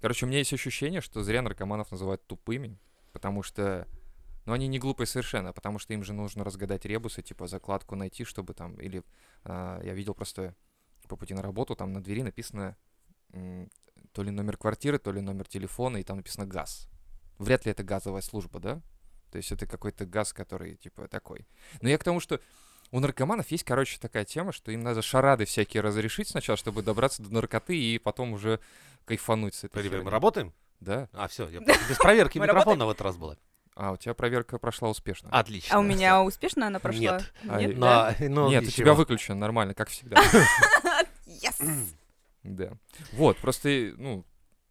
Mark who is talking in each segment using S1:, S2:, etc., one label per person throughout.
S1: Короче, у меня есть ощущение, что зря наркоманов называют тупыми, потому что... Ну, они не глупые совершенно, потому что им же нужно разгадать ребусы, типа закладку найти, чтобы там... Или а, я видел просто по пути на работу, там на двери написано м, то ли номер квартиры, то ли номер телефона, и там написано «газ». Вряд ли это газовая служба, да? То есть это какой-то газ, который, типа, такой. Но я к тому, что у наркоманов есть, короче, такая тема, что им надо шарады всякие разрешить сначала, чтобы добраться до наркоты и потом уже кайфануть с этой
S2: Подожди, мы
S1: херней.
S2: работаем?
S1: Да.
S2: А, все, я просто без проверки
S3: Мы
S2: микрофона в этот раз была.
S1: А, у тебя проверка прошла успешно.
S2: Отлично.
S3: А у меня успешно она прошла?
S2: Нет.
S1: А,
S3: Нет,
S1: и-
S3: да?
S2: Но, но
S1: Нет, у
S2: Ну, ничего.
S1: тебя выключено нормально, как всегда.
S3: Yes!
S1: Да. Вот, просто, э, ну,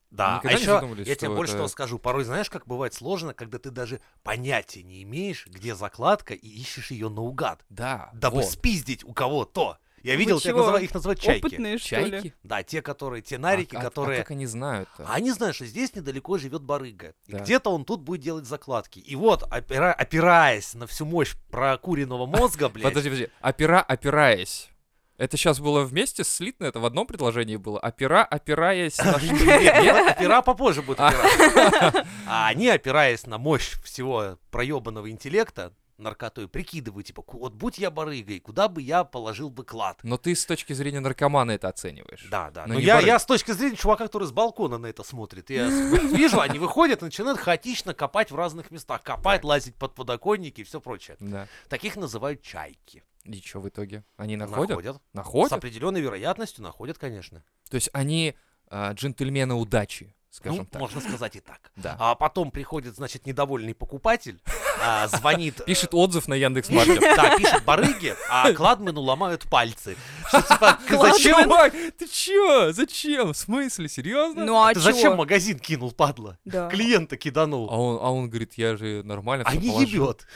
S2: Да, а
S1: Никогда не
S2: еще
S1: задумывались,
S2: я тебе
S1: что
S2: больше
S1: это-
S2: того скажу. Порой знаешь, как бывает сложно, когда ты даже понятия не имеешь, где закладка, и ищешь ее наугад,
S1: да,
S2: дабы
S1: вот.
S2: спиздить у кого-то. Я видел, тебя
S3: чего?
S2: называ- их называют чайки.
S3: Опытные, что ли?
S1: Чайки?
S2: Да, те, которые, те
S1: А-
S2: нарики,
S1: а- а
S2: которые...
S1: как они знают-то?
S2: А они знают, что здесь недалеко живет барыга. И
S1: Да.
S2: где-то он тут будет делать закладки. И вот, опира- опираясь на всю мощь прокуренного мозга, блядь,
S1: Подожди, подожди. Опера, опираясь. Это сейчас было вместе слитно, это в одном предложении было. Опера, опираясь на что?
S2: Нет, нет, опера попозже будет
S1: А.
S2: опираться. А они, опираясь на мощь всего проебанного интеллекта, наркотой, прикидывают, типа, «Ку- вот будь я барыгой, куда бы я положил бы клад?
S1: Но ты с точки зрения наркомана это оцениваешь.
S2: Да, да.
S1: Но
S2: Но
S1: Ну, не
S2: я,
S1: барыг.
S2: я с точки зрения чувака, который с балкона на это смотрит. Я с- вижу, они выходят и начинают хаотично копать в разных местах. Копать, лазить под подоконники и все прочее.
S1: Да.
S2: Таких называют чайки.
S1: И что в итоге? Они находят?
S2: С
S1: Находят?
S2: определенной вероятностью находят, конечно.
S1: То есть они а, джентльмены удачи, скажем
S2: Ну,
S1: так.
S2: можно сказать и так.
S1: Да.
S2: А потом приходит, значит, недовольный покупатель, а, звонит... э,
S1: Пишет отзыв на Яндекс.Маркет.
S2: пишет, да, пишет барыги, а кладмену ломают пальцы. Что, типа, ты зачем?
S1: Чувак, ты чё? Зачем? В смысле? Серьезно?
S3: Ну а
S2: Ты зачем
S3: чё?
S2: магазин кинул, падла?
S3: Да.
S2: Клиента киданул.
S1: А он, а он говорит, я же нормально
S2: А
S1: всё
S2: не
S1: положил.
S2: ебет.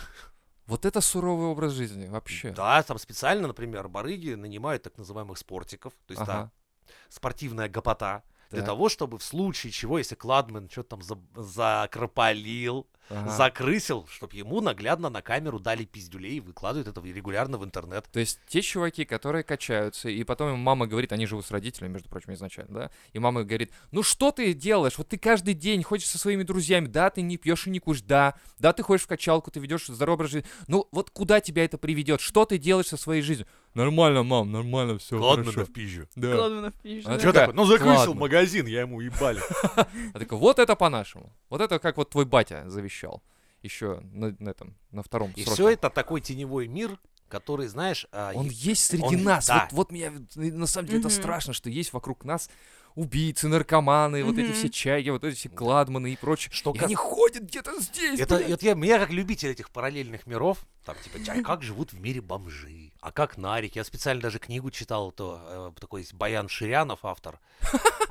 S1: Вот это суровый образ жизни вообще.
S2: Да, там специально, например, барыги нанимают так называемых спортиков, то есть
S1: Ага.
S2: да, спортивная гопота, для
S1: Так,
S2: того, чтобы в случае чего, если кладмен что-то там за- закропалил,
S1: ага.
S2: закрысил, чтобы ему наглядно на камеру дали пиздюлей и выкладывают это в- регулярно в интернет.
S1: То есть те чуваки, которые качаются, и потом им мама говорит, они живут с родителями, между прочим, изначально, да? И мама говорит, ну что ты делаешь? Вот ты каждый день ходишь со своими друзьями, да, ты не пьешь и не куришь, да, да, ты ходишь в качалку, ты ведешь здоровый образ жизни. Ну вот куда тебя это приведет? Что ты делаешь со своей жизнью? Нормально, мам, нормально, все хорошо.
S2: в пизжу.
S1: Да.
S3: Кладманов пишет,
S1: А
S3: да.
S1: чё такое?
S2: Ну,
S1: закрысил Ладно.
S2: магазин, я ему ебали.
S1: А такой, вот это по-нашему. Вот это как вот твой батя завещал. Еще на, на этом, на втором
S2: И
S1: сроке.
S2: все это такой теневой мир, который, знаешь, а,
S1: Он
S2: и-
S1: есть среди
S2: он-
S1: нас.
S2: да.
S1: Вот, вот меня э, на самом деле это
S3: Мгм.
S1: страшно, что есть вокруг нас убийцы, наркоманы, вот эти
S3: Мгм.
S1: все чайки, вот эти все кладманы и прочее.
S2: Что
S1: И
S2: кас-
S1: они ходят где-то здесь.
S2: это,
S1: блядь.
S2: это я, меня как любитель этих параллельных миров, там типа, «Чай, как живут в мире бомжи, а как нарики. Я специально даже книгу читал, то э, такой есть Баян Ширянов, автор.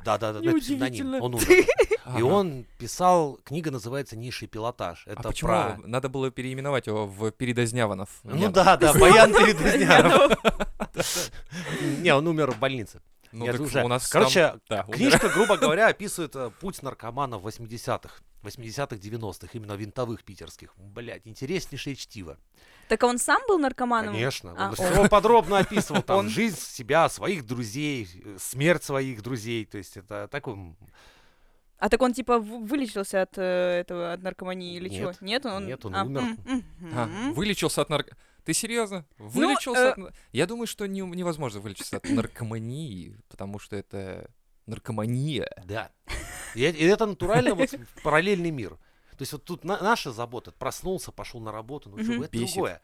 S2: Да-да-да, ну, это псевдоним,
S3: Неудивительно.
S2: он умер. И
S1: Ага.
S2: он писал, книга называется «Низший пилотаж».
S1: А
S2: Это
S1: почему?
S2: про...
S1: Надо было переименовать его в Передозняванов.
S2: Ну
S1: Нет.
S2: да, да, Баян Передозняров. Не, он умер в больнице.
S1: Ну
S2: Нет,
S1: так
S2: уже.
S1: у нас там-
S2: Короче,
S1: Да, умер.
S2: Книжка, грубо говоря, описывает э, путь наркомана в 80-х. 80-х, 90-х, именно винтовых питерских. Блять, интереснейшее чтиво.
S3: Так а он сам был наркоманом?
S2: Конечно.
S3: А,
S2: он
S3: о.
S2: всё подробно описывал там
S3: Он-
S2: жизнь себя, своих друзей, э, смерть своих друзей. То есть это такой... м,
S3: А так он типа в- вылечился от э, этого, от наркомании или чего?
S2: Нет.
S3: Нет, он...
S2: Нет, он
S3: а,
S2: умер.
S3: м,
S1: А,
S3: мгм.
S1: вылечился от нарк... Ты серьезно?
S2: Ну,
S1: Вылечился
S3: э,
S1: от... нар- Я думаю, что не- невозможно вылечиться от наркомании, потому что это наркомания.
S2: Да. И, э- и это натурально вот в параллельный мир. То есть вот тут на- наша забота. Проснулся, пошел на работу, ну чё
S3: Мгм.
S2: вы, это
S1: Бесит.
S2: другое.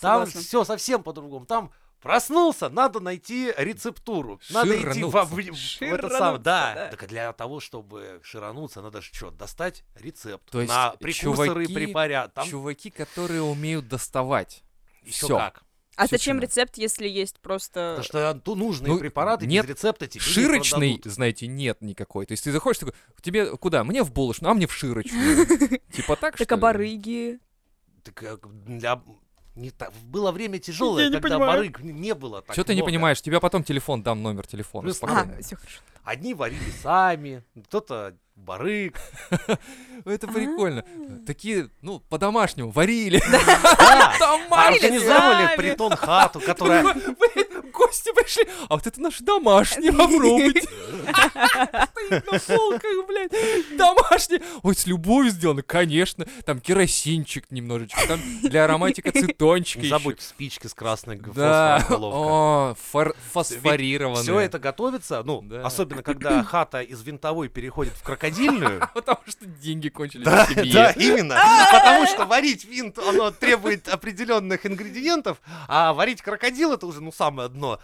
S2: Там
S3: Согласна.
S2: все совсем по-другому. Там проснулся, надо найти рецептуру. Надо идти во- в, в это самое.
S3: Ширануться,
S2: Да.
S3: да.
S2: Так для того, чтобы ширануться, надо же что, достать рецепт.
S1: То есть
S2: на прекурсоры,
S1: чуваки-
S2: препарат. Там
S1: Чуваки, которые умеют доставать.
S2: еще
S1: всё.
S2: как.
S3: А
S1: всё
S3: зачем
S1: чинно.
S3: рецепт, если есть просто...
S2: Потому что ту- нужные
S1: Ну,
S2: препараты
S1: нет,
S2: без рецепта тебе не
S1: Широчный,
S2: продадут.
S1: знаете, нет никакой. То есть ты заходишь такой, тебе куда? Мне в булочную, а мне в широчную. Типа так, что
S3: Так а
S1: ли?
S3: барыги?
S2: Так, э, для... не так- Было время тяжелое,
S3: Я не
S2: когда
S3: понимаю.
S2: барыг не было так
S1: Чё ты не
S2: много.
S1: понимаешь? Тебя потом телефон дам, номер телефона.
S2: Плюс-
S1: спокойно.
S3: все А, хорошо.
S2: Одни варили сами, кто-то барыг. А.
S1: Это прикольно. Такие, ну, по-домашнему, варили.
S2: Да,
S1: Домашние.
S2: Организовали притон хату, которая...
S1: Такой, блин, Гости пришли. А вот это наши домашние попробуйте. варит на полках, блядь, домашний. Ой, с любовью сделано, конечно. Там керосинчик немножечко, там для ароматика цитончик
S2: Не забудь спички с красной г-
S1: Да,
S2: фосфорной головкой.
S1: о, фор- фосфорированное.
S2: Все это готовится, ну,
S1: Да.
S2: особенно когда хата из винтовой переходит в крокодильную.
S1: Потому что деньги кончились
S2: Да,
S1: в семье.
S2: да, именно. Ну, Потому что варить винт, оно требует определенных ингредиентов, а варить крокодил это уже, ну, самое дно.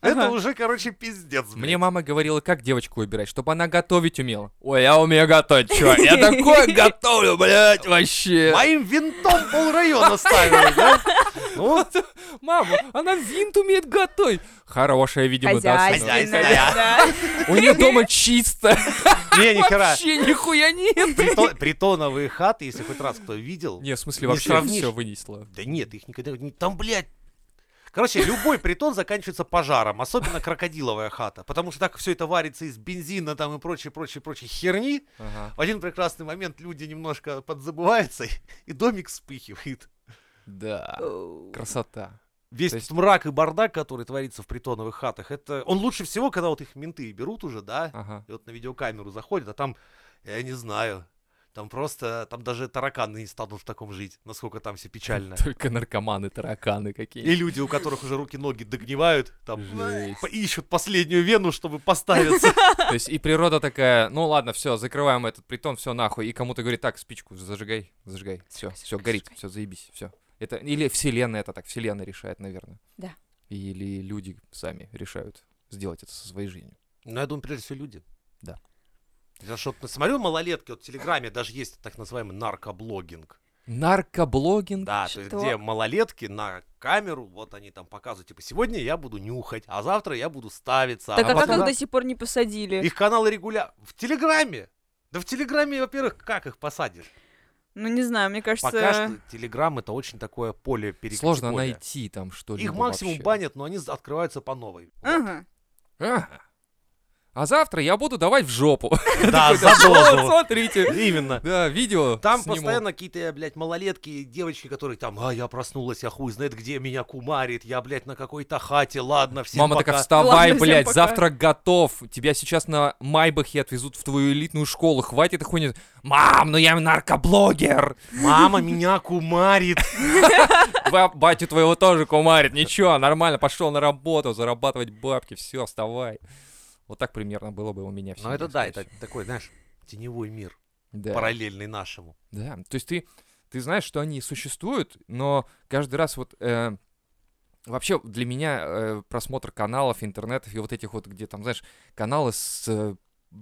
S2: Это
S3: Ага.
S2: уже, короче, пиздец.
S1: Мне
S2: блин.
S1: мама говорила, как девочку выбирать, чтобы она готовить умела. Ой, я умею готовить, чё? Я такое готовлю, блядь, вообще.
S2: Моим винтом пол района ставил, да? Ну,
S1: Мама, она винт умеет готовить. Хорошая, видимо, да. сынок.
S2: Хозяйственная.
S3: да.
S1: У нее дома чисто.
S2: не, нихера.
S1: Вообще нихуя нет.
S2: Прито- Притоновые хаты, если хоть раз кто видел.
S1: Не, в смысле,
S2: Не
S1: вообще
S2: сравнишь.
S1: все вынесла.
S2: Да нет, их никогда не... Там, блядь, Короче, любой притон заканчивается пожаром, особенно крокодиловая хата, потому что так все это варится из бензина там и прочей, прочей, прочей херни.
S1: Ага.
S2: В один прекрасный момент люди немножко подзабываются, и домик вспыхивает.
S1: Да. Красота.
S2: Весь
S1: То есть-
S2: этот мрак и бардак, который творится в притоновых хатах, это он лучше всего, когда вот их менты берут уже, да,
S1: Ага.
S2: и вот на видеокамеру заходят, а там, я не знаю, там просто, там даже тараканы не станут в таком жить, насколько там все печально.
S1: Только наркоманы, тараканы
S2: И
S1: какие.
S2: люди, у которых уже руки-ноги догнивают, там
S1: Жесть.
S2: по- ищут последнюю вену, чтобы поставиться.
S1: То есть и природа такая, ну ладно, все, закрываем этот притон, все нахуй. И кому-то говорит, так, спичку зажигай, зажигай. Все,
S3: Зажигай,
S1: все,
S3: зажигай,
S1: горит,
S3: зажигай.
S1: все, заебись, все. Это, или вселенная это так, вселенная решает, наверное.
S3: Да.
S1: Или люди сами решают сделать это со своей жизнью.
S2: Ну, я думаю, прежде всего, люди.
S1: Да.
S2: Я что смотрю малолетки, вот в Телеграме даже есть так называемый наркоблогинг.
S1: Наркоблогинг.
S2: Да, то есть
S3: Что?
S2: где малолетки на камеру, вот они там показывают, типа, сегодня я буду нюхать, а завтра я буду ставиться.
S3: Так
S2: а
S3: а как
S2: потом-
S3: их до сих пор не посадили?
S2: Их каналы регулярно... В Телеграме! Да в Телеграме, во-первых, как их посадишь?
S3: Ну, не знаю, мне
S2: Пока что
S3: кажется...
S2: Телеграм это очень такое поле перекати
S1: Сложно
S2: поле.
S1: найти там что-либо
S2: Их максимум
S1: вообще.
S2: банят, но они з- открываются по новой.
S3: Ага.
S1: А. А завтра я буду давать в жопу.
S2: Да,
S1: Такой,
S2: задолбал.
S1: «Вот, Смотрите.
S2: Именно.
S1: Да, видео
S2: Там
S1: сниму».
S2: постоянно какие-то, блядь, малолетки, девочки, которые там, а, я проснулась, я хуй знает, где меня кумарит, я, блядь, на какой-то хате, ладно, всем
S1: Мама
S2: пока.
S1: такая, вставай,
S3: Ладно, всем
S1: блядь,
S3: пока».
S1: завтрак готов. Тебя сейчас на Майбахе отвезут в твою элитную школу. Хватит этой хуйни. Мам, ну я наркоблогер.
S2: Мама меня кумарит.
S1: Ба- Батю твоего тоже кумарит. Ничего, нормально, пошел на работу, зарабатывать бабки. Все, вставай. Вот так примерно было бы у меня. в
S2: Ну
S1: семье,
S2: это да,
S1: скорее
S2: это
S1: всего.
S2: такой, знаешь, теневой мир,
S1: Да.
S2: параллельный нашему.
S1: Да, то есть ты, ты знаешь, что они существуют, но каждый раз вот... э, вообще для меня э, просмотр каналов, интернетов и вот этих вот, где там, знаешь, каналы с э,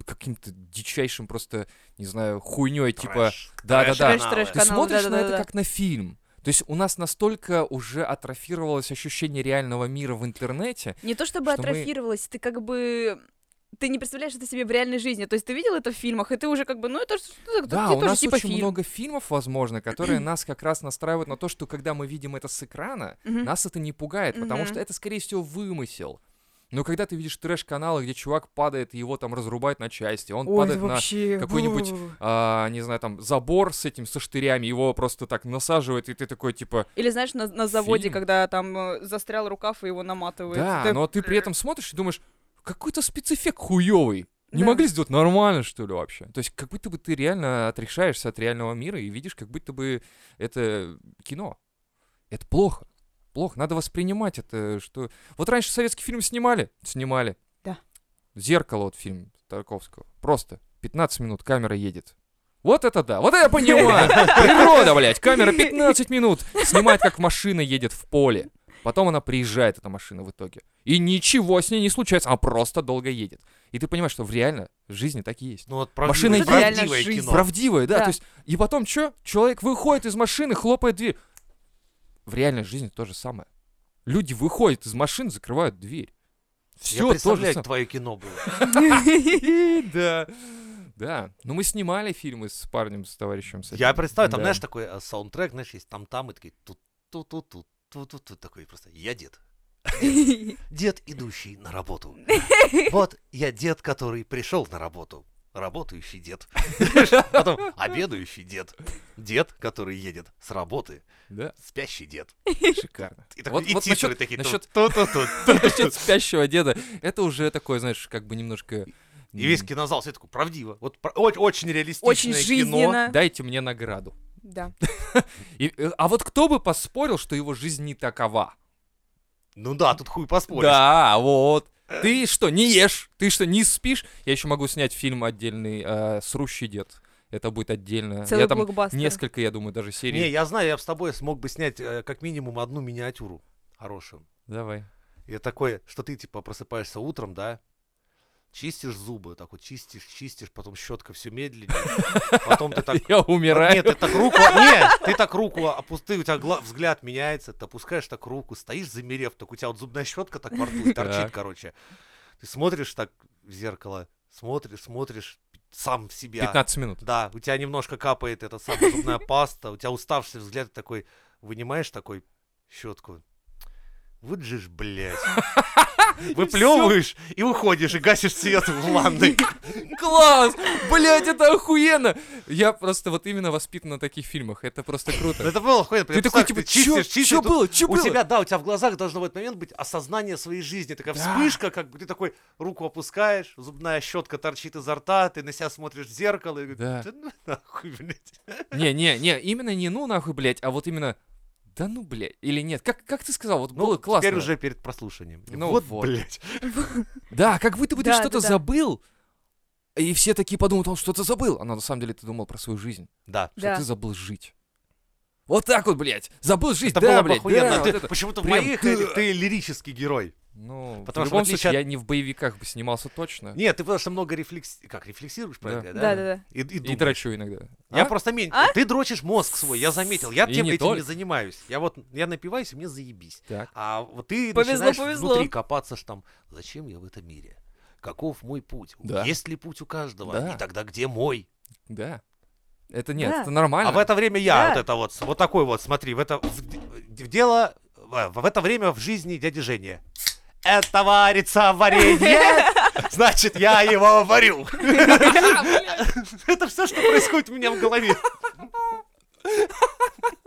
S1: каким-то дичайшим просто, не знаю, хуйней, типа...
S2: Трэш.
S1: Да-да-да.
S2: Трэш-каналы.
S3: Трэш, трэш.
S1: Ты
S3: Каналы,
S1: смотришь на
S3: да-да-да-да.
S1: это как на фильм. То есть у нас настолько уже атрофировалось ощущение реального мира в интернете.
S3: Не то чтобы
S1: что мы-
S3: атрофировалась, ты как бы... Ты не представляешь это себе в реальной жизни. То есть ты видел это в фильмах, и ты уже как бы, ну это что-то
S1: Да, у
S3: тоже
S1: нас
S3: типа
S1: очень
S3: фильм.
S1: много фильмов, возможно, которые нас как раз настраивают на то, что когда мы видим это с экрана,
S3: Мгм.
S1: Нас это не пугает, потому
S3: Мгм.
S1: что это, скорее всего, вымысел. Но когда ты видишь трэш-каналы, где чувак падает, и его там разрубают на части, он
S3: Ой,
S1: падает
S3: это вообще...
S1: какой-нибудь-
S3: бу.
S1: на, а, не знаю, там, забор с этим, со штырями, его просто так насаживает, и ты такой, типа,
S3: Или знаешь, на, на заводе,
S1: Фильм.
S3: когда там э, застрял рукав и его наматывают.
S1: да,
S3: Ты-
S1: но ты при этом смотришь и думаешь, какой-то спецэффект хуёвый. Не
S3: Да.
S1: могли сделать нормально, что ли, вообще? То есть как будто бы ты реально отрешаешься от реального мира и видишь, как будто бы это кино. Это плохо. Плохо. Надо воспринимать это, что... Вот раньше советский фильм снимали? Снимали.
S3: Да.
S1: «Зеркало» вот фильм Тарковского. Просто 15 минут камера едет. Вот это да, вот это я понимаю. Природа, блядь, камера 15 минут. Снимает, как машина едет в поле. Потом она приезжает, эта машина в итоге. И ничего с ней не случается, она просто долго едет. И ты понимаешь, что в реально в жизни так и есть.
S2: Ну вот
S1: Машина
S2: правдивое
S1: едет.
S2: правдивое
S3: Реально
S2: кино.
S1: Правдивое, да?
S3: Да.
S1: То есть, и потом что? Человек выходит из машины, хлопает дверь. В реальной жизни то же самое. Люди выходят из машины, закрывают дверь.
S2: Я
S1: Все то же
S2: представляю, как
S1: самое.
S2: твое кино было.
S1: Да. Да. Ну мы снимали фильмы с парнем, с товарищем. с этим.
S2: Я представляю, там,
S1: Да.
S2: знаешь, такой э, саундтрек, знаешь, есть там-там, и такие тут-тут-тут, тут-тут-тут, такой просто, я дед. Дед, идущий на работу. Вот я дед, который пришел на работу. Работающий дед. Потом обедающий дед. Дед, который едет с работы.
S1: Да,
S2: Спящий дед.
S1: шикарно.
S2: И, такой-
S1: Вот-
S2: и
S1: вот
S2: титры
S1: насчет-
S2: такие.
S1: насчет-
S2: Насчет... Ту -ту -ту,
S1: Насчет спящего деда. Это уже такое, знаешь, как бы немножко
S2: И весь
S1: М.
S2: кинозал все такой правдиво. Вот про- оч- очень реалистичное
S3: Очень
S2: кино.
S3: жизненно.
S1: Дайте мне награду.
S3: Да.
S1: И, э, а вот кто бы поспорил, что его жизнь не такова?
S2: Ну да, тут хуй поспоришь.
S1: Да, вот. Ты что, не ешь? Ты что, не спишь? Я еще могу снять фильм отдельный э, «Срущий дед». Это будет отдельно.
S3: Целый
S1: я там
S3: блокбастер.
S1: несколько, я думаю, даже серий.
S2: Не, я знаю, я бы с тобой смог бы снять э, как минимум одну миниатюру хорошую.
S1: Давай.
S2: И такое, что ты типа просыпаешься утром, да? Чистишь зубы, так вот чистишь, чистишь, потом щетка все медленнее. Потом ты так... а,
S1: Я умираю.
S2: Нет, ты так руку... Нет, ты так руку опусты, у тебя гла- взгляд меняется, ты опускаешь так руку, стоишь замерев, так у тебя вот зубная щетка так во рту и торчит,
S1: Так.
S2: короче. Ты смотришь так в зеркало, смотришь, смотришь сам в себя.
S1: 15 минут.
S2: Да, у тебя немножко капает эта самая зубная паста, у тебя уставший взгляд такой, вынимаешь такой щетку. Вот же ж, блядь. Выплевываешь и уходишь, и гасишь свет в ванной.
S1: Класс! Блять, это охуенно! Я просто вот именно воспитан на таких фильмах. Это просто
S2: Ну,
S1: круто.
S2: Это было охуенно.
S1: Ты
S2: прям
S1: такой,
S2: представь,
S1: типа,
S2: ты чистишь, чистишь,
S1: что
S2: тут
S1: было? Че
S2: У
S1: было?
S2: тебя, да, у тебя в глазах должно в этот момент быть осознание своей жизни. Такая
S1: Да.
S2: вспышка, как бы ты такой руку опускаешь, зубная щетка торчит изо рта, ты на себя смотришь в зеркало и
S1: Да.
S2: говоришь, «Да ну нахуй, блядь.
S1: Не, не, не, именно не ну нахуй, блять, а вот именно да ну, блять, или нет. Как, как ты сказал, вот было классно.
S2: Ну, Теперь уже перед прослушанием.
S1: Ну
S2: вот,
S1: вот.
S2: блядь.
S1: Да, как будто бы ты
S3: Да,
S1: что-то
S3: да, да.
S1: забыл, и все такие подумают, он что-то забыл. А на самом деле ты думал про свою жизнь,
S2: Да.
S1: что
S3: Да.
S1: ты забыл жить. Вот так вот, блядь, забыл жить,
S2: Это
S1: да,
S2: было бы
S1: блядь,
S2: охуенно.
S1: да,
S2: Ты-
S1: вот это.
S2: Почему-то в
S1: Прям
S2: моих
S1: ты-
S2: ты... ты лирический герой.
S1: Ну,
S2: Потому
S1: в
S2: что в
S1: любом
S2: отличие
S1: случае,
S2: от-
S1: я не в боевиках бы снимался точно.
S2: Нет, ты потому что много рефлекс... как, рефлексируешь про
S1: Да.
S2: это, да?
S3: Да-да-да.
S2: И, и
S1: И
S2: думаешь.
S1: драчу иногда.
S2: Я
S1: А?
S2: просто мень...
S3: А?
S2: Ты дрочишь мозг свой, я заметил. Я
S1: И
S2: тем
S1: не
S2: этим не
S1: только.
S2: занимаюсь. Я вот, я напиваюсь, и мне заебись.
S1: Так.
S2: А вот ты
S3: Повезло,
S2: начинаешь
S3: повезло.
S2: внутри копаться, что там, зачем я в этом мире? Каков мой путь?
S1: Да.
S2: Есть ли путь у каждого?
S1: Да.
S2: И тогда где мой?
S1: Да. Это нет,
S3: Да.
S1: это нормально.
S2: А в это время я
S3: Да.
S2: вот это вот, вот такой вот, смотри, в это в, д- в дело, в, в это время в жизни дяди Женя. Это варится варенье, значит, я его варю. Это все, что происходит у меня в голове.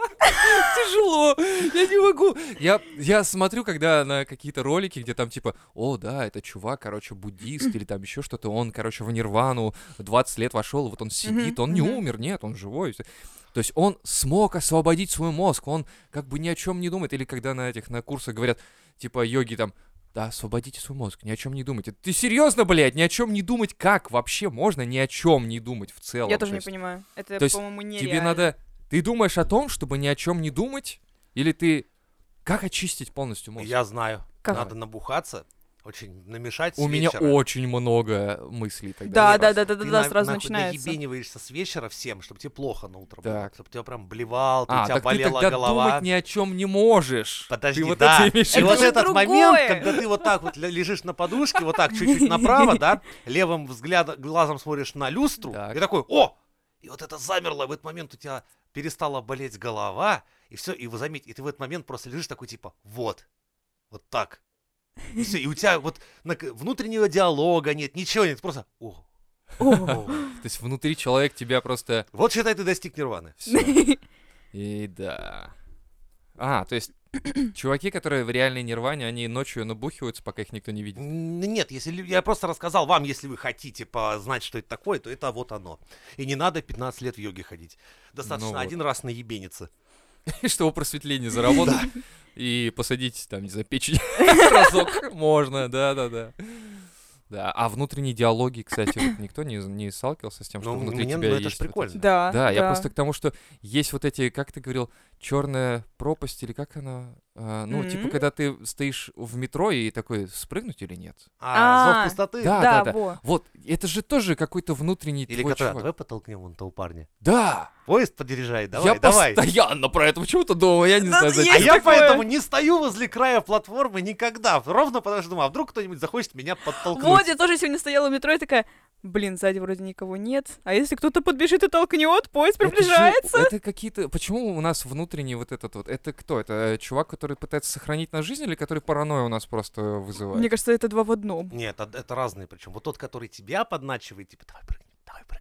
S1: тяжело. Я не могу. Я, я смотрю, когда на какие-то ролики, где там типа, о, да, это чувак, короче, буддист или там еще что-то, он, короче, в нирвану 20 лет вошел, вот он сидит, он не
S3: мгм.
S1: умер, нет, он живой. То есть он смог освободить свой мозг, он как бы ни о чем не думает. Или когда на этих на курсах говорят, типа, йоги там, да, освободите свой мозг, ни о чем не думайте. Ты серьезно, блядь, ни о чем не думать? Как вообще можно ни о чем не думать в целом?
S3: Я
S1: То
S3: тоже не
S1: есть-
S3: понимаю. Это,
S1: то есть
S3: по-моему, не
S1: Тебе надо... Ты думаешь о том, чтобы ни о чем не думать? Или ты... Как очистить полностью мозг?
S2: Я знаю,
S3: Как?
S2: надо набухаться, очень намешать с
S1: У меня
S2: вечера.
S1: очень много мыслей тогда.
S3: Да,
S2: Не,
S3: да,
S2: раз.
S3: да, да, да,
S2: Ты
S3: да,
S2: на-
S3: сразу
S2: нахуй
S3: начинается.
S2: наебениваешься с вечера всем, чтобы тебе плохо на утро было.
S1: Так.
S2: Чтобы тебя прям блевал, ты- у
S1: А,
S2: тебя
S1: так ты
S2: болела
S1: тогда
S2: голова.
S1: думать ни о чем не можешь.
S2: Подожди,
S1: ты вот
S2: да.
S1: это имеешь в
S2: и
S1: виду?
S2: вот
S3: же
S2: этот
S3: другое.
S2: момент, когда ты вот так вот ля- лежишь на подушке, вот так чуть-чуть направо, да, левым взглядом, глазом смотришь на люстру,
S1: Так.
S2: и такой, о! И вот это замерло, и в этот момент у тебя перестала болеть голова, и все, и вы заметь, и ты в этот момент просто лежишь такой, типа, вот, вот так. И все, и у тебя вот на- внутреннего диалога нет, ничего нет, просто, о,
S3: О.
S2: о.
S1: То есть внутри человек тебя просто...
S2: Вот считай, ты достиг нирваны.
S1: Всё. И да. А, то есть чуваки, которые в реальной нирване, они ночью набухиваются, пока их никто не видит.
S2: Н- ну Нет, если лю- я просто рассказал вам, если вы хотите познать, что это такое, то это вот оно. И не надо 15 лет в йоге ходить. Достаточно
S1: Ну вот.
S2: один раз наебениться.
S1: Чтобы просветление заработать и посадить, там, не знаю, печень разок. Можно, да-да-да. Да, а внутренние диалоги, кстати, вот никто не, не сталкивался с тем, что
S2: Ну,
S1: внутри
S2: мне-
S1: тебя
S2: ну,
S1: есть.
S2: это
S1: вот
S2: ж
S1: эти-
S2: прикольно.
S3: Да,
S1: Да, я просто к тому, что есть вот эти, как ты говорил, черная пропасть или как она, А, ну типа
S3: М.
S1: когда ты стоишь в метро и такой спрыгнуть или нет.
S2: А,
S3: А,
S2: зов пустоты?
S1: да,
S3: Да,
S1: да.
S3: во.
S1: Вот это же тоже какой-то внутренний
S2: Или
S1: твой
S2: который,
S1: чувак.
S2: давай потолкнем вон того парня.
S1: Да,
S2: Поезд подъезжает, давай,
S1: я
S2: давай.
S1: постоянно про это почему-то думаю, я не
S3: Да,
S1: знаю
S3: да
S2: А
S1: зачем.
S3: Есть
S2: я
S3: такое.
S2: поэтому не стою возле края платформы никогда. Ровно потому что думаю, а вдруг кто-нибудь захочет меня подтолкнуть.
S3: Вот, я тоже сегодня стояла в метро и такая, блин, сзади вроде никого нет. А если кто-то подбежит и толкнет, поезд
S1: Это же-
S3: приближается.
S1: Это, какие-то. Почему у нас внутренний вот этот вот? Это кто? Это э, чувак, который пытается сохранить на жизнь или который паранойю у нас просто вызывает?
S3: Мне кажется, это два в одном.
S2: Нет, а- это разные причем. Вот тот, который тебя подначивает, типа, давай прыгни, давай прыгни.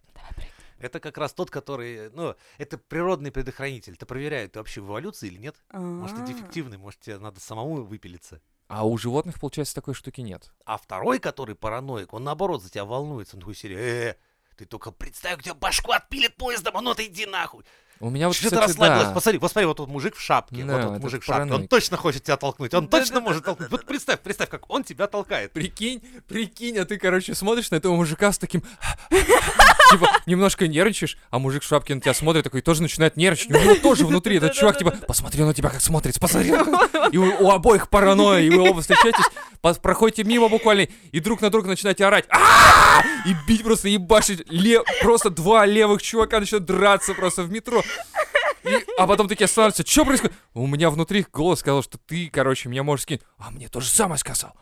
S2: Это как раз тот, который, ну, это природный предохранитель. Ты проверяет, ты вообще в эволюции или нет. Может, ты
S3: А.
S2: дефективный, может, тебе надо самому выпилиться.
S1: А у животных, получается, такой штуки нет.
S2: А второй, который параноик, он наоборот за тебя волнуется. Он такой серии, э, ты только представь, у тебя башку отпилит поездом, а ну ты иди нахуй.
S1: У меня А вот,
S2: Что ты
S1: кстати,
S2: расслабилась?
S1: да.
S2: Посмотри, вот смотри, вот тут мужик в шапке.
S1: Да,
S2: вот
S1: этот
S2: тут мужик в шапке. Он
S1: параноик.
S2: точно хочет тебя толкнуть. Он точно может толкнуть. Вот представь, представь, как он тебя толкает.
S1: Прикинь, прикинь, а ты, короче, смотришь на этого мужика с таким... Типа, немножко нервничаешь, а мужик в шапке на тебя смотрит, такой тоже начинает нервничать. У него тоже внутри этот чувак, типа, посмотри на тебя, как смотрит, посмотри. на тебя». И у у обоих паранойя, и вы оба встречаетесь, по- проходите мимо буквально, и друг на друга начинаете орать. «А-а-а!» И бить просто, ебашить. Ле- Просто два левых чувака начинают драться просто в метро. И- а потом такие останавливаются. Что происходит? У меня внутри голос сказал, что ты, короче, меня можешь скинуть. А мне то же самое сказал.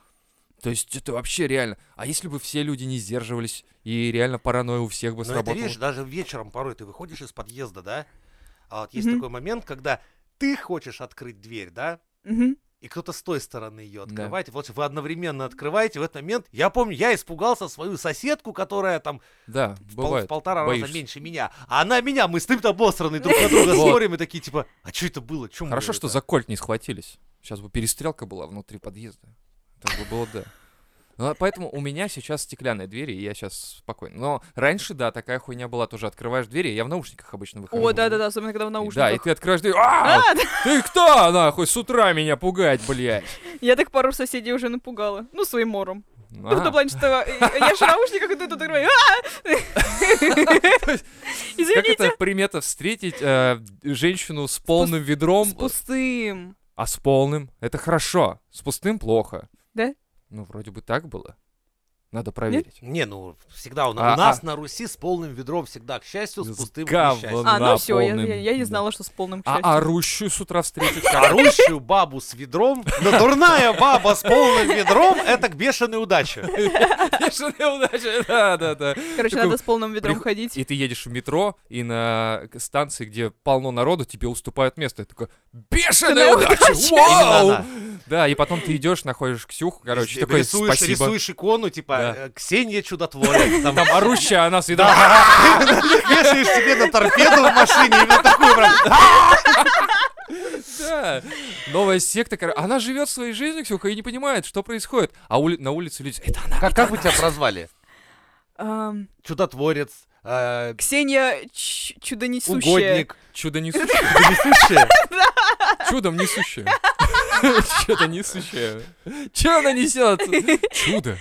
S1: То есть это вообще реально. А если бы все люди не сдерживались, и реально паранойя у всех бы
S2: Но Ну, это,
S1: сработала?
S2: видишь, даже вечером порой ты выходишь из подъезда, да? А вот есть
S3: Мгм.
S2: такой момент, когда ты хочешь открыть дверь, да?
S3: Мгм.
S2: И кто-то с той стороны ее
S1: Да.
S2: открывает. Вот вы одновременно открываете. В этот момент, я помню, я испугался свою соседку, которая там
S1: Да,
S2: в пол-
S1: бывает.
S2: в полтора раза
S1: Боишься.
S2: меньше меня. А она меня, мы с ним-то обосраны друг на друга
S1: Вот.
S2: смотрим и такие, типа, а что это было? Чё мы
S1: Хорошо, что
S2: это?»
S1: за кольт не схватились. Сейчас бы перестрелка была внутри подъезда. Так бы было, да. Ну, а поэтому у меня сейчас стеклянные двери, и я сейчас спокойно. Но раньше, да, такая хуйня была, тоже открываешь двери, я в наушниках обычно выхожу.
S3: О, да-да-да, особенно когда в
S1: И- Да, и
S3: наушниках.
S1: ты открываешь дверь, «А,
S3: А, да,
S1: ты кто, нахуй, с утра меня пугать, блядь?
S3: я так пару соседей уже напугала. Ну, своим мором. Ну, в
S1: А.
S3: том плане, что э, я же в наушниках, и ты тут такой, «А!»
S1: Как
S3: Извините.
S1: это примета встретить э, женщину с полным ведром?
S3: С пустым.
S1: А с полным? Это хорошо. С пустым плохо.
S3: Да?
S1: Ну, вроде бы так было. Надо проверить.
S2: Не, ну, всегда у, на-
S1: А,
S2: у нас
S1: а.
S2: на Руси с полным ведром всегда, к счастью, с
S1: С
S2: пустым к
S1: говном.
S2: несчастью.
S3: А,
S1: на
S3: ну все, я,
S1: полным,
S3: я- я не
S1: да.
S3: знала, что с полным к счастью.
S1: А орущую с утра встретить?
S2: Орущую бабу с ведром, но дурная баба с полным ведром — это к бешеной удаче.
S1: Бешеная удача, да, да, да.
S3: Короче,
S1: такой
S3: надо с полным ведром
S1: приход-
S3: ходить.
S1: И ты едешь в метро, и на к- станции, где полно народу, тебе уступают место. И ты такой, бешеная
S3: Бешеная
S1: удача!
S3: удача!»
S1: Вау!
S2: Именно
S1: Да, и потом ты идешь, находишь Ксюху, короче,
S2: Рис-
S1: такой,
S2: рисуешь,
S1: спасибо.
S2: рисуешь икону, типа,
S1: Да.
S2: э, Ксения чудотворец. Там
S1: Там орущая, она всегда...
S2: Да. Вешаешь себе на торпеду в машине, именно такой прям.
S1: Да. Новая секта, кор- она живет своей жизнью, Ксюха, и не понимает, что происходит. А ули- на улице люди, это она.
S2: Как, как бы тебя прозвали?
S3: Ам,
S2: Чудотворец, э,
S3: Ксения ч- чудонесущая.
S2: угодник,
S1: Чудо несущее.
S2: несущая.
S1: Чудом несущее. Чудо несущее. Чего она несет? Чудо.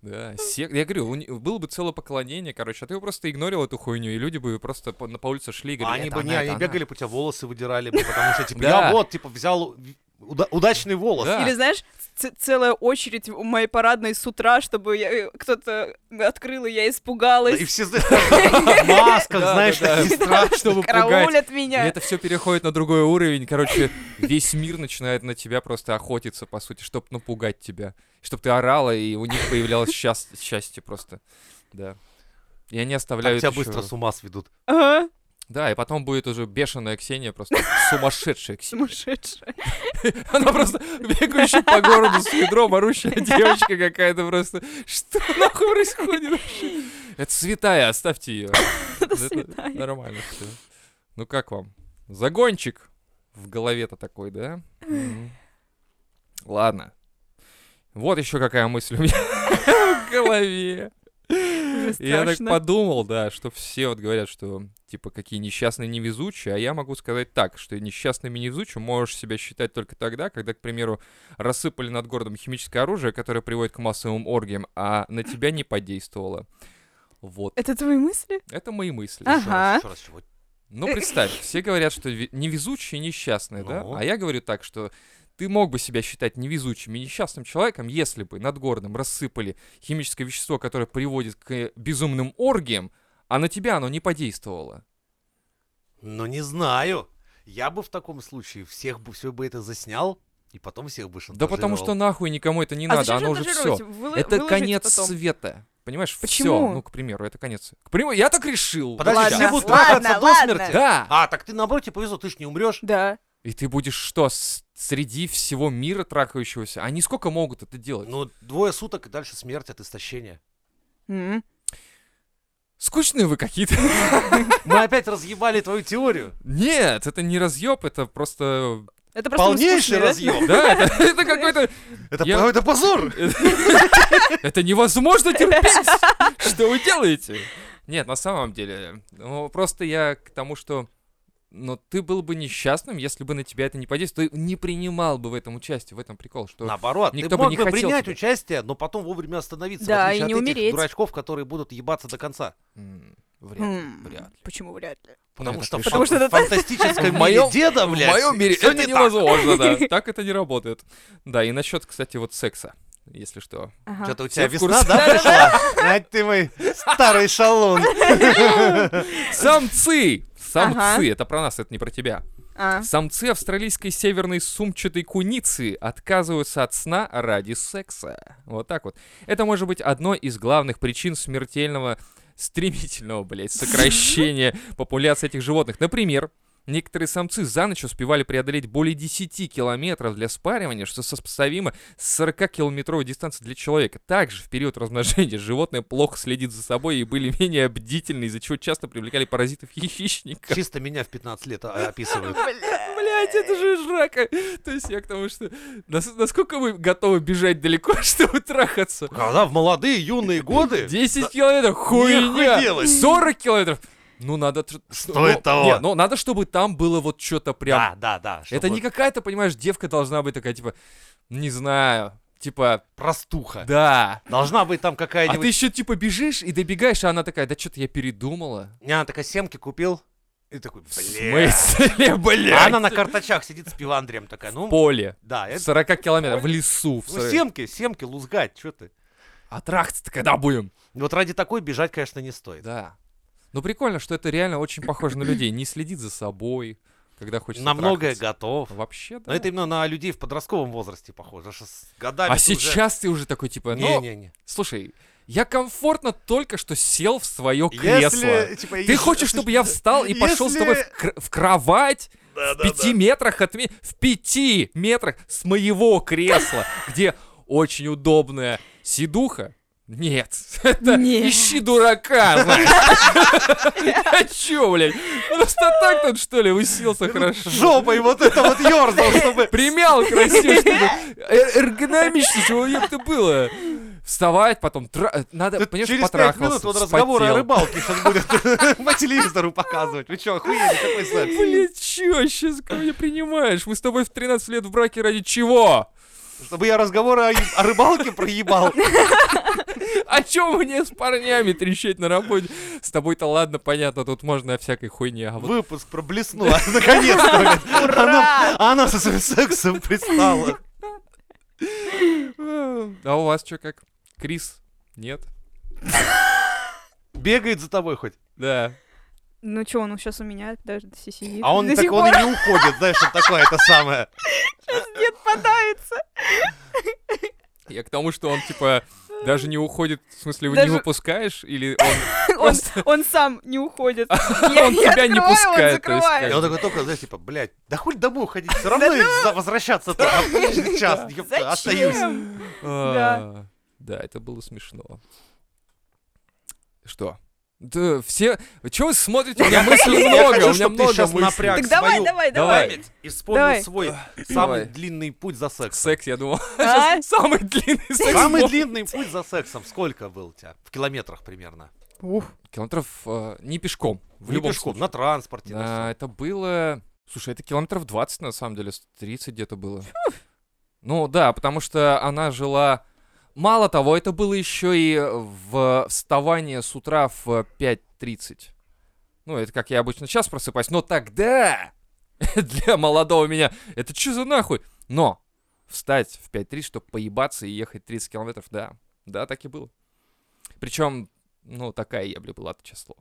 S1: Да, сек- я говорю, у ни- было бы целое поклонение, короче, а ты бы просто игнорил эту хуйню, и люди бы просто по, на, по улице шли и
S2: А
S1: говорили,
S2: они
S1: «Это
S2: бы
S1: она,
S2: не,
S1: это
S2: они
S1: она».
S2: бегали, бы у тебя волосы выдирали бы, потому что типа
S1: Да.
S2: я вот типа взял уда- удачный волос.
S1: Да.
S3: Или знаешь, ц- целая очередь у моей парадной с утра, чтобы я- э, кто-то открыл, и я
S2: Да,
S3: испугалась.
S2: И все знаешь, в масках,
S1: Да,
S2: знаешь,
S1: да, да.
S2: такие страшные.
S1: Чтобы пугать.
S3: Караулят
S1: И
S3: меня.
S1: это все переходит на другой уровень, короче, весь мир начинает на тебя просто охотиться, по сути, чтобы напугать тебя, чтобы ты орала, и у них появлялось счаст- счастье просто, да. И они
S2: Так
S1: оставляют
S2: А тебя
S1: ещё-
S2: быстро с ума сведут.
S3: Ага,
S1: Да, и потом будет уже бешеная Ксения, просто сумасшедшая Ксения.
S3: сумасшедшая.
S1: Она просто бегающая по городу с ведром, орущая девочка какая-то просто. Что нахуй происходит вообще? Это святая, оставьте ее.
S3: святая.
S1: Нормально все. Ну как вам? Загончик в голове-то такой, да? Мгм. Ладно. Вот еще какая мысль у меня в голове.
S3: Уже
S1: И Я так
S3: страшно.
S1: подумал, да, что все вот говорят, что типа какие несчастные невезучие, а я могу сказать так, что несчастным и невезучим можешь себя считать только тогда, когда, к примеру, рассыпали над городом химическое оружие, которое приводит к массовым оргиям, а на тебя не подействовало. Вот.
S3: Это твои мысли?
S1: Это мои мысли.
S3: Ага.
S2: Ещё раз, ещё раз, чего?
S1: Ну, представь, все говорят, что ве- невезучие и несчастные, да?
S2: Ну.
S1: А я говорю так, что ты мог бы себя считать невезучим и несчастным человеком, если бы над городом рассыпали химическое вещество, которое приводит к э, безумным оргиям, а на тебя оно не подействовало.
S2: Ну не знаю. Я бы в таком случае всех бы все бы это заснял и потом всех бы
S1: Да потому что нахуй никому это не
S3: а
S1: надо,
S3: зачем
S1: оно уже
S3: шантажировать?
S1: все.
S3: Выла-
S1: Это
S3: выложить
S1: конец
S3: потом.
S1: света. Понимаешь, все.
S3: Почему?
S1: Ну, к примеру, это конец. К примеру, я так решил.
S2: Подожди,
S1: Сейчас.
S2: все будут
S3: ладно,
S2: трахаться до
S3: ладно.
S2: смерти.
S1: Да.
S2: А, так ты наоборот тебе повезло, ты ж не умрешь.
S3: Да.
S1: И ты будешь что, с- среди всего мира трахающегося? Они сколько могут это делать?
S2: Ну, двое суток и дальше смерть от истощения.
S3: М.
S1: Скучные вы какие-то.
S2: Мы опять разъебали твою теорию.
S1: Нет, это не разъеб, это просто
S3: Это просто
S2: Полнейший
S3: выскушенный, да?
S2: разъем.
S1: Да, это, это какой-то...
S2: Это
S1: Я-
S2: какой-то позор.
S1: Это невозможно терпеть! Что вы делаете? Нет, на самом деле, ну, просто я к тому, что... Но ты был бы несчастным, если бы на тебя это не подействовало. Ты не принимал бы в этом участие, в этом прикол, что...
S2: Наоборот, ты
S1: Никто бы
S2: мог
S1: не
S2: бы
S1: хотел
S2: принять
S1: тебя.
S2: участие, но потом вовремя остановиться. в
S3: Да, и
S2: отличие
S3: не
S2: от этих
S3: умереть.
S2: дурачков, которые будут ебаться до конца.
S1: м, Вряд ли,
S3: М,
S1: вряд ли.
S3: Почему вряд ли?
S2: Потому
S1: это
S2: что в
S1: пришёл.
S3: Потому что это-
S2: фантастическом
S1: В
S2: мире
S1: моём-
S2: деда,
S1: В
S2: блядь,
S1: моем мире
S2: всё
S1: это
S2: не так.
S1: невозможно, да. Так это не работает. Да, и насчет, кстати, вот секса, если что.
S3: Ага.
S2: Что-то у тебя
S1: Всё в
S2: весна,
S1: курсе.
S2: да, пришла? Блядь, ты мой старый шалун.
S1: Самцы!
S3: Ага.
S1: Самцы! Это про нас, это не про тебя.
S3: А.
S1: Самцы австралийской северной сумчатой куницы отказываются от сна ради секса. Вот так вот. Это может быть одной из главных причин смертельного, стремительного, блядь, сокращения популяции этих животных. Например, некоторые самцы за ночь успевали преодолеть более 10 километров для спаривания, что сопоставимо с 40-километровой дистанцией для человека. Также в период размножения животное плохо следит за собой и были менее бдительны, из-за чего часто привлекали паразитов и хищников.
S2: Чисто меня в 15 лет а, описывают.
S1: Блять, это же жрака. То есть я к тому, что нас- насколько вы готовы бежать далеко, чтобы трахаться?
S2: Когда в молодые юные годы
S1: 10 километров, хуйня.
S2: делать.
S1: 40 километров. Ну, надо... тр- ну,
S2: стоит того.
S1: не, ну, надо, чтобы там было вот что-то прям...
S2: Да, да, да.
S1: Это
S2: чтобы
S1: не какая-то, понимаешь, девка должна быть такая, типа, не знаю, типа,
S2: простуха.
S1: да.
S2: Должна быть там
S1: А ты
S2: какая-нибудь...
S1: еще, типа, бежишь и добегаешь, а она такая, да что-то я передумала.
S2: Я такая семки купил. И такой,
S1: В
S2: блядь.
S1: смысле, блядь?
S2: А она на карточах сидит с пивандрием такая,
S1: В
S2: ну,
S1: поле.
S2: да,
S1: В
S2: это...
S1: 40 километров, в лесу. в
S2: Ну,
S1: 40.
S2: семки, семки, лузгать, что ты?
S1: А трахаться-то когда будем?
S2: Вот ради такой бежать, конечно, не стоит.
S1: Да. Ну прикольно, что это реально очень похоже на людей. Не следит за собой, когда хочется
S2: На многое
S1: трахаться. Ну,
S2: готов.
S1: Вообще, да.
S2: Но Ну, это именно на людей в подростковом возрасте похоже, что с годами
S1: А
S2: ты уже-
S1: сейчас ты уже такой, типа, ну,
S2: Не-не-не.
S1: слушай, я комфортно только что сел в свое кресло.
S2: Если, типа,
S1: Ты
S2: если-
S1: хочешь, чтобы я встал и пошел с тобой в,
S2: Если-
S1: кр- в кровать
S2: Да,
S1: в
S2: да,
S1: пяти
S2: да.
S1: метрах от меня, в пяти метрах с моего кресла, где очень удобная сидуха? Нет, это
S3: Нет.
S1: ищи дурака, знаешь. А чё, блядь? Просто так тут, что ли, уселся хорошо?
S2: Жопой вот это вот ерзал, чтобы...
S1: Примял красиво, чтобы эр- эргономично, чтобы ёпта было. Вставать потом, тра- надо,
S2: Тут
S1: понимаешь,
S2: Через пять минут
S1: потрахался,
S2: вот разговор о
S1: вспотел.
S2: рыбалке сейчас будет по телевизору показывать. Вы что, охуели, какой секс?
S1: Блин, чё, сейчас ко мне принимаешь? Мы с тобой в 13 лет в браке ради чего?
S2: Чтобы я разговоры о о рыбалке проебал.
S1: А О чем А мне с парнями трещать на работе? С тобой-то ладно, понятно, тут можно о всякой хуйне. А вот
S2: Выпуск проблеснула. Наконец-то. блядь. Она- Она со своим сексом пристала.
S1: А у вас что как? Крис? Нет?
S2: Бегает за тобой хоть.
S1: Да.
S3: Ну что, он сейчас у меня даже до сих- сидит.
S2: А он
S3: до
S2: так
S3: сих
S2: он и
S3: пор
S2: не уходит, знаешь, он такое это самое.
S3: дед подавится.
S1: Я к тому, что он, типа, даже не уходит, в смысле, вы
S3: Даже-
S1: не выпускаешь? Или он...
S3: Он,
S1: Просто-
S3: он сам не уходит.
S1: Он тебя не
S3: открываю, он
S1: пускает, то есть
S3: закрывает.
S2: И он такой только, знаешь, типа, блядь, да хоть домой ходить, все равно я за- возвращаться-то а, блин, час, ёпта, остаюсь.
S3: Зачем?
S1: А, Да, это было смешно. Что? Да, все... Чего вы смотрите? У меня мыслей
S2: Я
S1: много,
S2: хочу,
S1: у меня
S2: чтоб ты
S1: много
S2: щас
S1: мыслей.
S2: напрягся. Так
S3: Так давай,
S2: свою-
S3: давай,
S1: давай.
S3: давай.
S2: И
S3: Давай.
S2: вспомнил свой
S1: Давай.
S2: самый длинный путь за сексом.
S1: Секс, я думал.
S3: А?
S1: щас Самый длинный секс.
S2: Самый
S1: был.
S2: длинный путь за сексом сколько был у тебя? В километрах примерно.
S1: Километров э, не пешком. В
S2: Не
S1: любом
S2: пешком,
S1: случае.
S2: на транспорте. на
S1: Да,
S2: всём.
S1: А, это было... Слушай, это километров 20, на самом деле, с 30 где-то было. Ну да, потому что она жила... Мало того, это было еще и в вставание с утра в 5.30. Ну, это как я обычно сейчас просыпаюсь. Но тогда для молодого меня это что за нахуй? Но встать в 5.30, чтобы поебаться и ехать 30 километров, да. Да, так и было. Причем, ну, такая я, бля, была, число.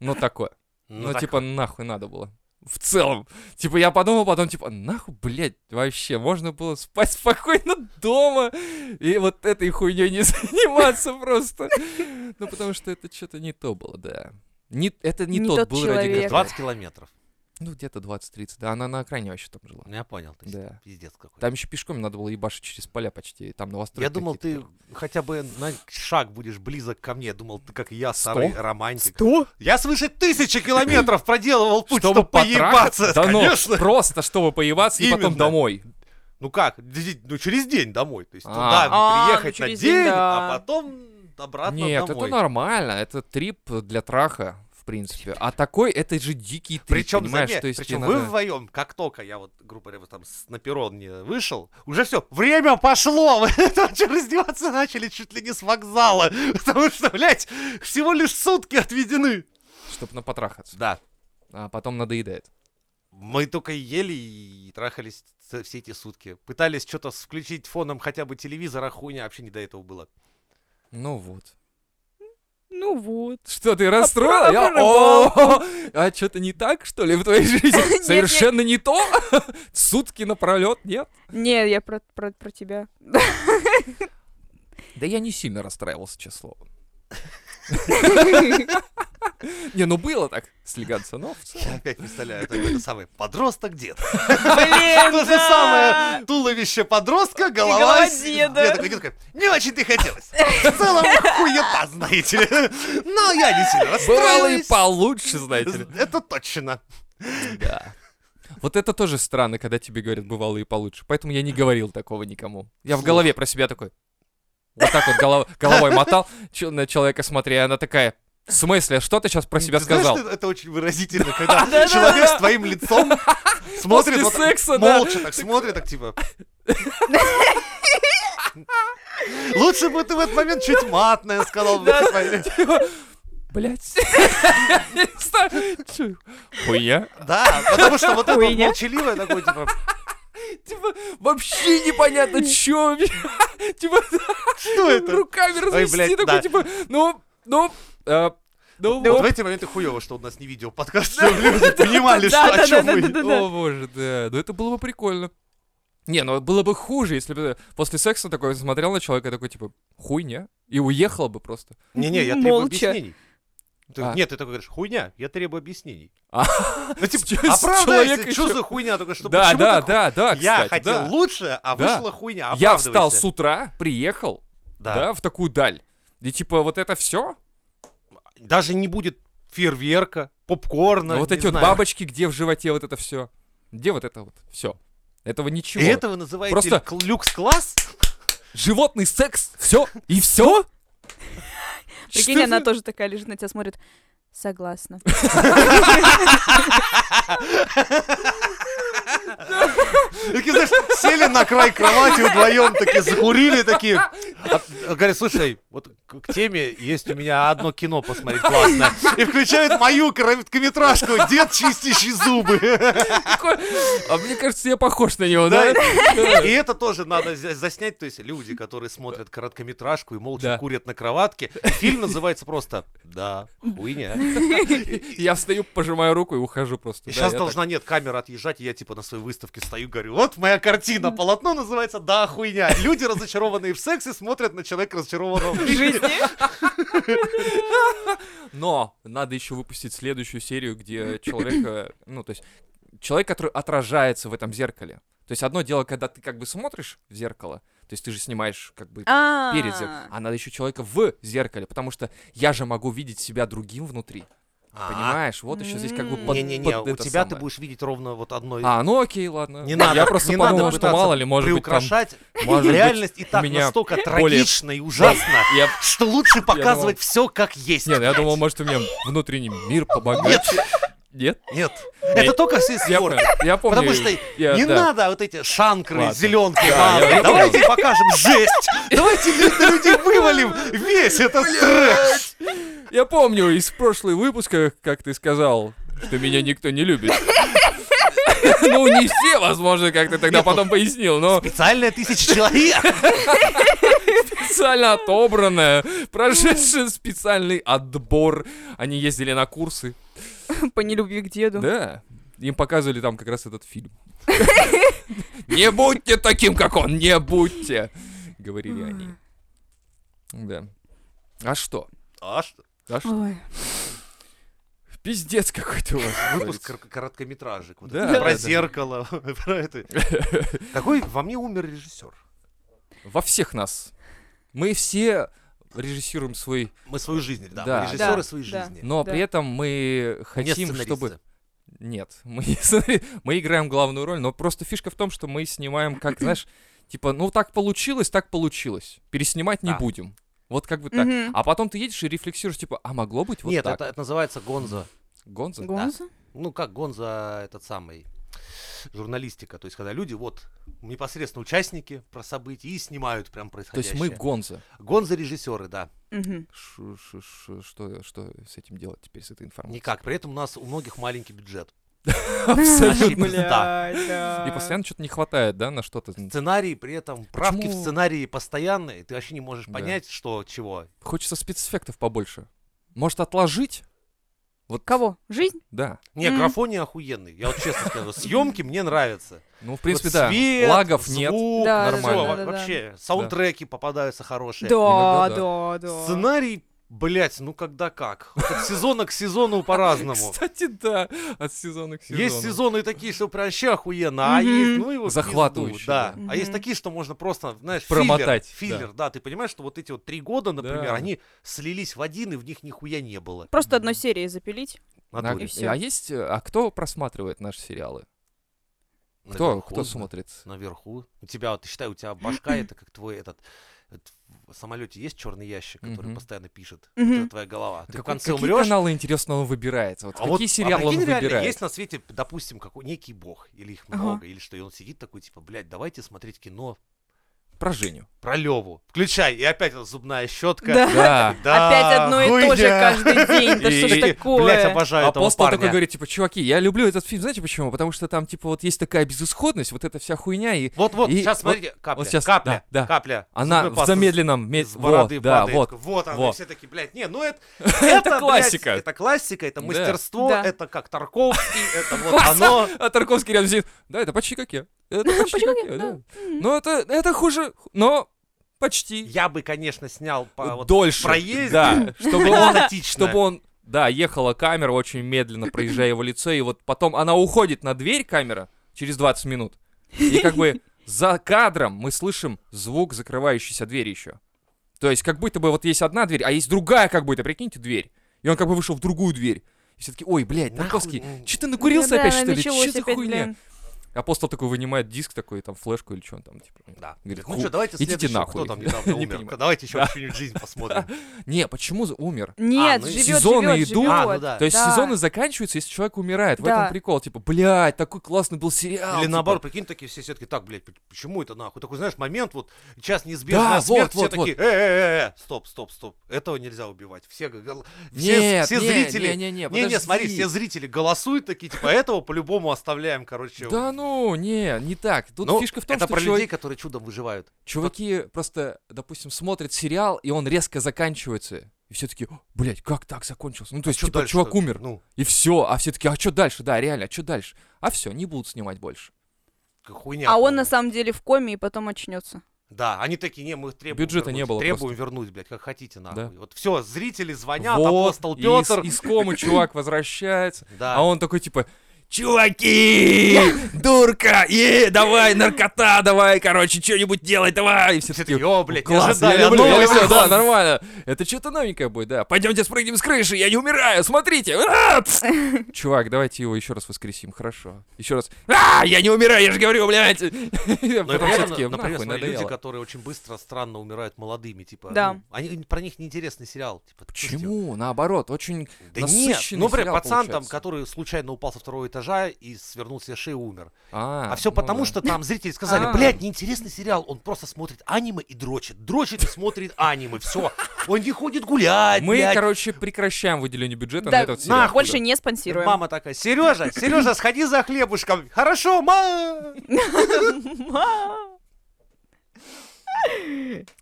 S1: Ну, такое. Ну,
S2: так
S1: типа, нахуй надо было. В целом. Типа, я подумал потом, типа, нахуй, блядь, вообще, можно было спать спокойно дома и вот этой хуйней не заниматься просто. Ну, потому что это что-то не то было, да. Не, это не,
S3: Не
S1: тот,
S3: тот
S1: был ради
S3: человек.
S1: которого-
S2: 20 километров.
S1: Ну, где-то 20-30. Да, она на окраине вообще там жила.
S2: Ну, Я понял, ты
S1: Да.
S2: пиздец какой.
S1: Там еще пешком надо было ебашить через поля почти. и Там новостройки
S2: Я думал, ты
S1: какие-то
S2: хотя бы на шаг будешь близок ко мне. Думал, ты как я, старый романтик.
S3: Что?
S2: Я свыше тысячи километров проделывал
S1: были.
S2: путь, чтобы,
S1: потрахаться?
S2: поебаться.
S1: Да ну,
S2: Конечно.
S1: просто чтобы поебаться и потом
S2: Именно.
S1: домой.
S2: Ну как, д- ну через день домой. То есть
S1: А.
S2: туда
S3: А, ну
S2: приехать на
S3: через день,
S2: день,
S3: да.
S2: а потом обратно
S1: Нет,
S2: домой.
S1: это нормально. Это трип для траха, в принципе. А такой, это же дикий трип,
S2: Причем,
S1: понимаешь?
S2: заметь,
S1: То есть
S2: причем
S1: тебе
S2: вы
S1: надо-
S2: вдвоем, как только я вот, грубо говоря, вот там с- на перрон не вышел, уже все, время пошло, вы там чё, раздеваться начали чуть ли не с вокзала, потому что, блядь, всего лишь сутки отведены.
S1: чтобы напотрахаться.
S2: Да,
S1: А потом надоедает.
S2: мы только ели и трахались ц- все эти сутки. Пытались что-то включить фоном хотя бы телевизора, хуйня, вообще не до этого было.
S1: Ну вот.
S3: Ну вот.
S1: Что, ты расстроила?
S3: про-
S1: Я...
S3: про рыбалку.
S1: О, а что-то не так, что ли, в твоей жизни?
S3: нет.
S1: Совершенно не то? Сутки напролет, нет?
S3: Не, я про, про, про тебя.
S1: Да я не сильно расстраивался, честно слово. Не, ну было так слегаться, но в целом.
S2: Опять представляю, это, это самый подросток дед.
S3: Блин,
S2: То же самое туловище подростка, голова
S3: голова
S2: с-
S3: деда.
S2: Я такой, я такой, не очень-то и хотелось. В целом, хуета, знаете ли. Но я не сильно
S1: Бывало и
S2: расстроилась.
S1: получше, знаете ли.
S2: Это точно.
S1: Да. Вот это тоже странно, когда тебе говорят бывало и получше. Поэтому я не говорил такого никому. Я в
S2: Слух.
S1: голове про себя такой. Вот так вот голов- головой мотал чё- на человека смотря, и она такая. В смысле, А что ты сейчас про себя
S2: Ты знаешь,
S1: сказал?
S2: что это очень выразительно, когда
S3: да,
S2: человек
S3: да.
S2: с твоим лицом смотрит
S1: После
S2: вот так,
S1: секса, да.
S2: молча, так смотрит, так типа... Лучше бы ты в этот момент чуть матное сказал бы.
S1: Блять. Хуя.
S2: Да, потому что вот это вот
S3: Хуйня.
S2: молчаливое такое, типа,
S1: Типа, вообще непонятно, чё. Типа,
S2: что это?
S1: руками развести,
S2: блядь,
S1: такой,
S2: да.
S1: типа, ну, ну, э, ну,
S2: Вот
S1: вот.
S2: в эти моменты хуево, что у нас не видео подкаст, чтобы люди понимали, что
S3: да, да,
S2: о чем
S3: да, да,
S2: мы.
S3: да, да.
S1: О, боже, да. Ну, это было бы прикольно. Не, ну было бы хуже, если бы после секса такой смотрел на человека такой, типа, хуйня. И уехал бы просто.
S2: Не-не, я требую
S3: Молча.
S2: объяснений. Ты-
S1: А.
S2: Нет, ты такой говоришь, хуйня, я требую объяснений.
S1: А.
S2: Ну, типа,
S1: Чё- с человека
S2: оправдайся, что
S1: ещё-
S2: за хуйня, только что
S1: да,
S2: почему
S1: да,
S2: так-
S1: да, да,
S2: Я
S1: кстати,
S2: хотел
S1: да.
S2: лучше, а
S1: Да.
S2: вышла хуйня,
S1: Я встал
S2: оправдывайся.
S1: с утра, приехал, да.
S2: Да.
S1: в такую даль. И типа вот это все?
S2: Даже не будет фейерверка, попкорна,
S1: А вот
S2: Ну, не
S1: эти вот
S2: знаю.
S1: бабочки, где в животе вот это все? Где вот это вот все? Этого ничего.
S2: И это вы называете
S1: Просто-
S2: кл- люкс-класс?
S1: Животный секс, все и все?
S3: Прикинь, она тоже такая лежит на тебя, смотрит. Согласна.
S2: Такие, знаешь, сели на край кровати вдвоем, такие закурили, такие. А, а, Говорят, слушай, вот к, к теме есть у меня одно кино посмотреть классное. И включают мою короткометражку «Дед, чистящий зубы».
S1: А мне кажется, я похож на него,
S2: Да.
S1: да?
S2: И это тоже надо за- заснять. То есть люди, которые смотрят короткометражку и молча
S1: Да.
S2: курят на кроватке, фильм называется просто «Да, хуйня».
S1: Я встаю, пожимаю руку и ухожу просто. да,
S2: сейчас
S1: я
S2: должна, нет, камера отъезжать, и я типа на своей выставке стою, говорю, вот моя картина, полотно называется «Да, хуйня». Люди, разочарованные в сексе, смотрят на человека, разочарованного в жизни.
S1: так. Но надо еще выпустить следующую серию, где человека, ну, то есть человек, который отражается в этом зеркале. То есть одно дело, когда ты как бы смотришь в зеркало, то есть ты же снимаешь как бы
S3: А.
S1: перед зеркалом, а надо еще человека в зеркале, потому что я же могу видеть себя другим внутри, понимаешь? Вот еще здесь как бы
S3: М.
S1: А, под
S2: А. Не-не-не,
S1: под
S2: у
S1: это
S2: тебя ты
S1: самое.
S2: будешь видеть ровно вот одно...
S1: А, ну окей, ладно.
S2: Не надо,
S1: Я просто
S2: не
S1: подумал,
S2: надо
S1: что мало ли, может быть, там...
S2: приукрашать.
S1: может быть,
S2: Реальность и
S1: у
S2: так
S1: меня
S2: настолько
S1: более-
S2: трагична и ужасна,
S1: Я...
S2: что лучше показывать все как есть.
S1: Не, ну я думал, может, у меня внутренний мир
S2: Нет,
S1: побогаче. Нет?
S2: нет. Это только все
S1: Я помню,
S2: испортит.
S1: я помню.
S2: Потому что
S1: я-
S2: не
S1: да.
S2: надо вот эти шанкры,
S1: Ладно.
S2: зеленки.
S1: Да,
S2: надо.
S1: я- я
S2: Давайте покажем жесть. Давайте на людей вывалим весь этот трэш.
S1: Я помню из прошлого выпуска, как ты сказал, что меня никто не любит. Ну, не все, возможно, как ты тогда
S2: Нет, ну,
S1: потом пояснил, но
S2: Специальная тысяча человек.
S1: специально отобранное, прошедшее специальный отбор. Они ездили на курсы.
S3: По нелюбви к деду.
S1: Да. Им показывали там как раз этот фильм. Не будьте таким, как он, не будьте, говорили они. Да. А что?
S2: А что?
S1: А что?
S3: Ой.
S1: Пиздец какой-то у вас.
S2: Выпуск
S1: творится.
S2: кор- короткометражек. вот
S1: Да,
S2: это,
S1: да,
S2: Про
S1: да.
S2: зеркало, про это. Какой во мне умер режиссер?
S1: Во всех нас. Мы все режиссируем свой,
S2: Мы свою жизнь, да, Ну,
S1: Да.
S2: мы режиссеры
S3: Да,
S2: своей
S3: да.
S2: жизни.
S1: но
S3: Да.
S1: при этом мы
S2: Не
S1: хотим,
S2: сценаристы.
S1: чтобы... Нет, мы, не сценари- мы играем главную роль, но просто фишка в том, что мы снимаем как, знаешь, типа, ну так получилось, так получилось. Переснимать не
S2: Да.
S1: будем. Вот как бы так.
S3: Мгм.
S1: А потом ты едешь и рефлексируешь, типа, а могло быть вот
S2: Нет,
S1: так?
S2: это, это называется Гонза.
S1: Гонза?
S3: Гонза?
S2: Ну, как Гонза этот самый журналистика. То есть, когда люди вот непосредственно участники про события и снимают прям
S1: То есть
S2: происходящее.
S1: мы Гонза.
S2: Гонза режиссеры, да.
S3: Мгм.
S1: Ш- ш- ш- Что, что с этим делать теперь, с этой информацией?
S2: Никак. При этом у нас у многих маленький бюджет.
S1: Абсолютно.
S3: Бля,
S1: И постоянно что-то не хватает, да, на что-то.
S2: Сценарий при этом, правки в
S1: Почему?
S2: сценарии постоянные. Ты вообще не можешь
S1: Да.
S2: понять, что, чего.
S1: Хочется спецэффектов побольше. Может, отложить? Вот
S3: Кого? Жизнь?
S1: Да.
S2: Не,
S3: М.
S2: графония охуенный. Я вот честно скажу, съемки мне нравятся.
S1: Ну, в принципе,
S2: Вот
S1: да.
S2: свет,
S1: Лагов нет.
S2: звук,
S3: Да,
S1: да,
S2: всё,
S1: да,
S2: во-
S3: да, да.
S2: Вообще, саундтреки попадаются хорошие.
S3: Да,
S1: Иногда
S3: да, да.
S2: Сценарий, блять, ну когда как. Вот от сезона к сезону по-разному.
S1: Кстати, да. От сезона к сезону.
S2: Есть сезоны такие, что прям вообще охуенно, а
S3: Мгм.
S2: есть, ну его в пизду,
S1: Захватывающие,
S2: Да.
S3: да.
S2: А есть
S3: Мгм.
S2: такие, что можно просто, знаешь,
S1: Промотать,
S2: Филлер, филлер да. Ты понимаешь, что вот эти вот три года, например, они слились в один, и в них нихуя не было.
S3: Просто одной серии запилить.
S2: В
S1: На-
S2: натуре.
S3: И всё.
S1: А есть... э, А кто просматривает наши сериалы? Кто,
S2: Наверху,
S1: кто
S2: зна-
S1: смотрит? А
S2: Наверху. У тебя, вот, ты считай, у тебя башка это как твой этот этот в самолете есть черный ящик, который
S1: Мгм.
S2: постоянно пишет.
S3: Мгм.
S2: Это твоя голова. Ты в
S1: Какой-
S2: конце
S1: какие
S2: умрешь,
S1: каналы, интересно, он выбирает? Вот
S2: А
S1: какие
S2: вот, а
S1: сериалы он
S2: прикинь, реально,
S1: выбирает?
S2: есть на свете, допустим, какой некий бог, или их
S3: Ага.
S2: много, или что, и он сидит такой, типа, блядь, давайте смотреть кино
S1: Про Женю.
S2: про Леву. Включай, и опять эта зубная щетка.
S3: Да.
S1: Да.
S3: Опять одно и то же каждый день. Да что ж
S1: а
S2: Блять,
S3: такое?
S2: обожаю этого
S1: Апостол такой
S2: парня.
S1: говорит, типа, чуваки, я люблю этот фильм, знаете почему? Потому что там, типа, вот есть такая безысходность, вот эта вся хуйня, и
S2: Вот, вот,
S1: И
S2: сейчас
S1: вот-
S2: смотрите, капля,
S1: вот щас,
S2: капля,
S1: да, да.
S2: капля.
S1: она
S2: Зубной
S1: в
S2: паста
S1: замедленном...
S2: с-
S1: мед-
S2: С бороды
S1: вот, да,
S2: падает.
S1: вот.
S2: вот она,
S1: вот.
S2: все такие, блядь, не, ну это, это, блядь,
S1: классика.
S2: это классика, это
S1: Да.
S2: мастерство,
S3: Да.
S2: это как Тарковский, это вот оно.
S1: А Тарковский рядом сидит, да, это почти как я. Это почти
S3: Почти
S1: как
S3: как
S1: я,
S3: я,
S1: да. Но это, это хуже, но почти.
S2: Я бы, конечно, снял по вот
S1: Дольше.
S2: проезде.
S1: Да, чтобы он...
S2: хаотично.
S1: Чтобы он да, ехала камера очень медленно, проезжая его лицо, и вот потом она уходит на дверь камера через 20 минут. И как бы за кадром мы слышим звук закрывающейся двери еще. То есть как будто бы вот есть одна дверь, а есть другая как будто, прикиньте, дверь. И он как бы вышел в другую дурь. И все таки ой, блядь,
S2: Нахуй,
S1: Тарковский,
S2: ну,
S1: че ты накурился
S3: Да,
S1: опять, что ли?
S3: началось
S1: Че за
S3: опять,
S1: хуйня?
S3: блин.
S1: Апостол такой вынимает диск такой, там, флешку или что он там, типа.
S2: Да.
S1: Говорит,
S2: ну
S1: «Ху,
S2: что, давайте
S1: идите
S2: следующего,
S1: нахуй».
S2: кто там недавно
S1: Не
S2: умер.
S1: понимаю.
S2: Давайте еще чью-нибудь жизнь посмотрим.
S1: Не, почему за- умер?
S3: Нет,
S2: ну,
S3: живет,
S1: А, сезоны
S3: живет,
S1: идут.
S2: А, ну
S3: живет.
S2: да.
S1: То есть
S3: Да.
S1: сезоны заканчиваются, если человек умирает. В
S3: Да.
S1: этом прикол. Типа, блядь, такой классный был сериал.
S2: Или
S1: типа.
S2: наоборот, прикинь, такие все все-таки, так, блядь, п- почему это нахуй? Такой, знаешь, момент, вот, час неизбежная
S1: Да,
S2: смерть,
S1: вот,
S2: все
S1: вот,
S2: такие, э-э-э, стоп, стоп, стоп, этого нельзя убивать. Все, г- гол- все,
S1: Нет,
S2: все
S1: не,
S2: зрители,
S1: Не, не, не,
S2: не-не, смотри,
S1: подожди.
S2: все зрители голосуют такие, типа, этого по-любому оставляем, короче.
S1: Да ну, не, не так. Тут
S2: Ну,
S1: фишка в том,
S2: это
S1: что
S2: про
S1: чувак-
S2: людей, которые чудом выживают.
S1: чуваки просто, допустим, смотрят сериал, и он резко заканчивается. И все таки блядь, как так закончился? Ну, то есть,
S2: А Чё
S1: типа,
S2: дальше-то?
S1: чувак умер,
S2: Ну,
S1: и все. А все таки а что дальше? Да, реально, а что дальше? А все, не будут снимать больше.
S2: к- хуйня.
S3: А он
S2: полная.
S3: на самом деле в коме и потом очнется.
S2: Да, они такие, не, мы их требуем
S1: Бюджета
S2: вернуть,
S1: не было
S2: Требуем вернуть, блядь, как хотите, нахуй.
S1: Да.
S2: Вот все, зрители звонят, а
S1: вот,
S2: апостол
S1: и
S2: Петр.
S1: из- из комы чувак возвращается.
S2: Да.
S1: А он такой типа, чуваки, дурка, е, давай, наркота, давай, короче, что-нибудь делай, давай. И все
S2: Все
S1: такие,
S2: такие, о, блядь, не
S1: класс, я
S2: ожидали, а
S1: люблю,
S2: ну,
S1: я
S2: я
S1: люблю, да,
S2: класс».
S1: нормально. Это что-то новенькое будет, да. Пойдемте спрыгнем с крыши, я не умираю, смотрите. А, пс. Чувак, давайте его еще раз воскресим, хорошо. Еще раз, а, я не умираю, я же говорю, блядь.
S2: Но и
S1: Потом
S2: при
S1: все
S2: этом,
S1: такие,
S2: Ну, например,
S1: ну, нахуй,
S2: смотри, люди,
S1: надоело.
S2: которые очень быстро, странно умирают молодыми, типа,
S3: Да.
S2: ну, они, про них неинтересный сериал. Типа, слушайте,
S1: Почему? Наоборот, очень
S2: Да нет,
S1: насыщенный
S2: ну, например,
S1: сериал
S2: пацан там,
S1: получается.
S2: который случайно упал со второго этажа и свернул себе шею и умер. А,
S1: А,
S2: все
S1: ну
S2: потому,
S1: да.
S2: что там зрители сказали,
S3: А.
S2: блядь, неинтересный сериал, он просто смотрит аниме и дрочит. Дрочит и смотрит аниме, все. Он не ходит гулять,
S1: Мы,
S2: блядь.
S1: короче, прекращаем выделение бюджета на
S3: Да,
S1: этот сериал.
S2: нахуй.
S3: Больше не спонсируем.
S2: Мама такая, Сережа, Сережа, сходи за хлебушком. Хорошо, ма.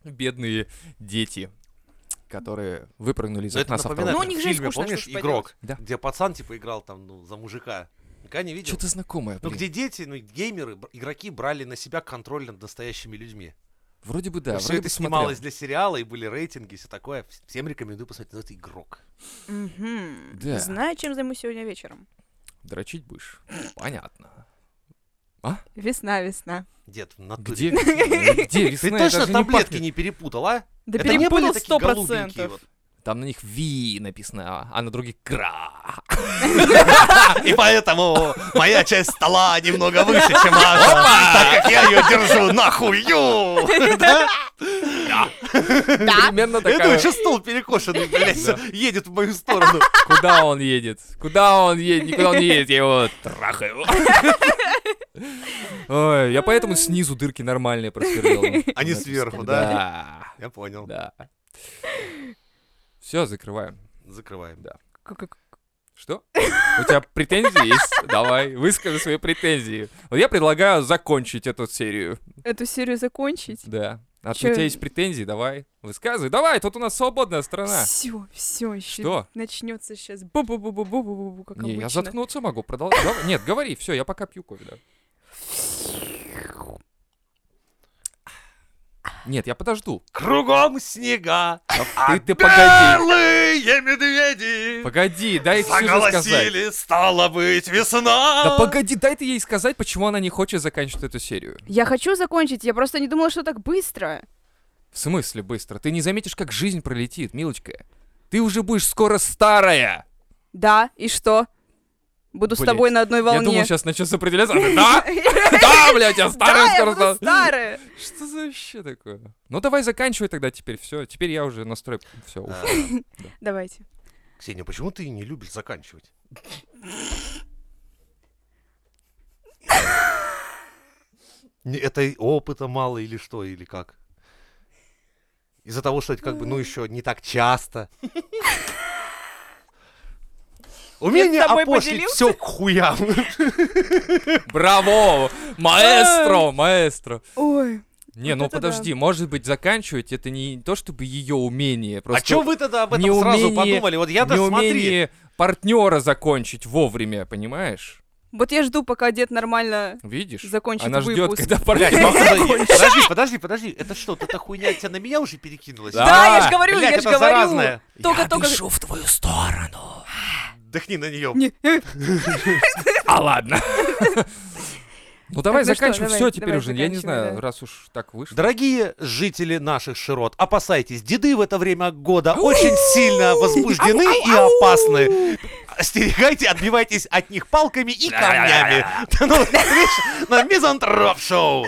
S1: бедные дети, которые выпрыгнули из
S2: Ну, это
S1: окна с
S2: напоминает,
S3: Ну,
S2: как
S3: у них
S2: в
S3: жизнь
S2: фильме,
S3: скучная,
S2: помнишь,
S3: что ж
S2: игрок,
S1: поделать.
S2: где пацан типа играл там ну, за мужика. Никогда не видел.
S1: Что-то знакомое,
S2: Ну,
S1: блин.
S2: где дети, ну, геймеры, б- игроки брали на себя контроль над настоящими людьми.
S1: Вроде бы да.
S2: все
S1: вроде
S2: это
S1: бы смотрел.
S2: снималось для сериала, и были рейтинги, и все такое. Вс- Всем рекомендую посмотреть, но это игрок.
S3: Мгм.
S1: Да.
S3: Знаю, чем займусь сегодня вечером.
S1: Дрочить будешь? Понятно.
S3: Весна, весна.
S2: Дед, в натуре.
S1: Где, где
S2: Ты
S1: весна? Я даже
S2: точно
S1: не
S2: таблетки
S1: пахнет.
S2: не перепутал, а?
S3: Да
S2: Это не были
S3: перепутал
S2: такие
S3: сто
S2: голубенькие
S3: процентов.
S1: Там на них Ви написано, а на других Кра.
S2: вот? И поэтому моя часть стола немного выше, чем ваша, так как я ее держу на хую. Да?
S1: Примерно
S2: Я думаю,
S1: такая.
S2: что стол перекошенный, блядь,
S1: Да.
S2: едет в мою сторону.
S1: Куда он едет? Куда он едет? Никуда он не едет, я его трахаю. Ой, я поэтому снизу дырки нормальные просверлил.
S2: А не
S1: Написано.
S2: сверху, да?
S1: Да.
S2: Я понял.
S1: Да. Все, закрываем.
S2: Закрываем.
S3: Как-
S1: Что? У тебя претензии есть? Давай, выскажи свои претензии. Вот я предлагаю закончить эту серию.
S3: Эту серию закончить.
S1: Да. А
S3: Чё?
S1: у тебя есть претензии? Давай, высказывай. Давай, тут у нас свободная страна.
S3: Все, все, еще
S1: Что?
S3: начнется сейчас. бу бу бу бу бу бу бу как
S1: Не, я
S3: обычно.
S1: заткнуться могу, продолжай. Давай- Нет, говори, все, я пока пью кофе, да. Нет, я подожду.
S2: Кругом снега, а
S1: ты- ты погоди.
S2: белые медведи
S1: Погоди, дай все сказать.
S2: заголосили, стала быть весна.
S1: Да погоди, дай ты ей сказать, почему она не хочет заканчивать эту серию.
S3: Я хочу закончить, я просто не думала, что так быстро.
S1: В смысле быстро? Ты не заметишь, как жизнь пролетит, милочка. Ты уже будешь скоро старая.
S3: Да, и что? Буду с
S1: Блядь,
S3: тобой на одной волне.
S1: Я думал, сейчас начнется определяться. А ты, Да, да, блядь, я старая
S3: Да, я
S1: скоро
S3: буду
S1: стану.
S3: старая.
S1: Что за вообще такое? Ну давай заканчивай тогда теперь, все. Теперь я уже настрой. Все,
S2: А,
S3: Давайте.
S2: Ксения, почему ты не любишь заканчивать? Не, Это и опыта мало или что, или как? Из-за того, что это как бы, ну, еще не так часто. Умение
S3: Я с тобой
S2: опошлить
S3: поделился?
S2: все к хуям. А
S1: Браво! Маэстро! Маэстро!
S3: Ой,
S1: Не,
S3: Вот
S1: ну
S3: это
S1: подожди, может быть, заканчивать это не то чтобы ее умение,
S2: А
S1: просто
S2: чем вы тогда об этом сразу
S1: неумение-
S2: подумали? Вот я-то смотри.
S1: неумение партнера закончить вовремя, понимаешь?
S3: вот я жду, пока дед нормально...
S1: Видишь?
S3: Закончит
S1: Она ждет,
S3: выпуск.
S1: когда
S2: Блядь,
S1: партнер
S2: подожди, подожди, подожди, подожди. Это что, эта хуйня тебя на меня уже перекинулась?
S1: Да.
S3: Да, я же говорю,
S2: Блядь,
S3: я же
S2: это
S3: говорю.
S2: заразное.
S3: Только,
S1: Я
S3: только...
S1: дышу А в твою сторону.
S2: Дыхни на нее.
S3: Не, э,
S1: А ладно. Ну давай
S3: ну что,
S1: заканчивай
S3: давай,
S1: все теперь
S3: давай
S1: уже. Я не
S3: заканчивай,
S1: знаю,
S3: да.
S1: раз уж так вышло.
S2: Дорогие жители наших широт, опасайтесь, деды в это время года очень сильно возбуждены и опасны. Остерегайте, отбивайтесь от них палками и камнями. Да ну, видишь, На мизантроп-шоу.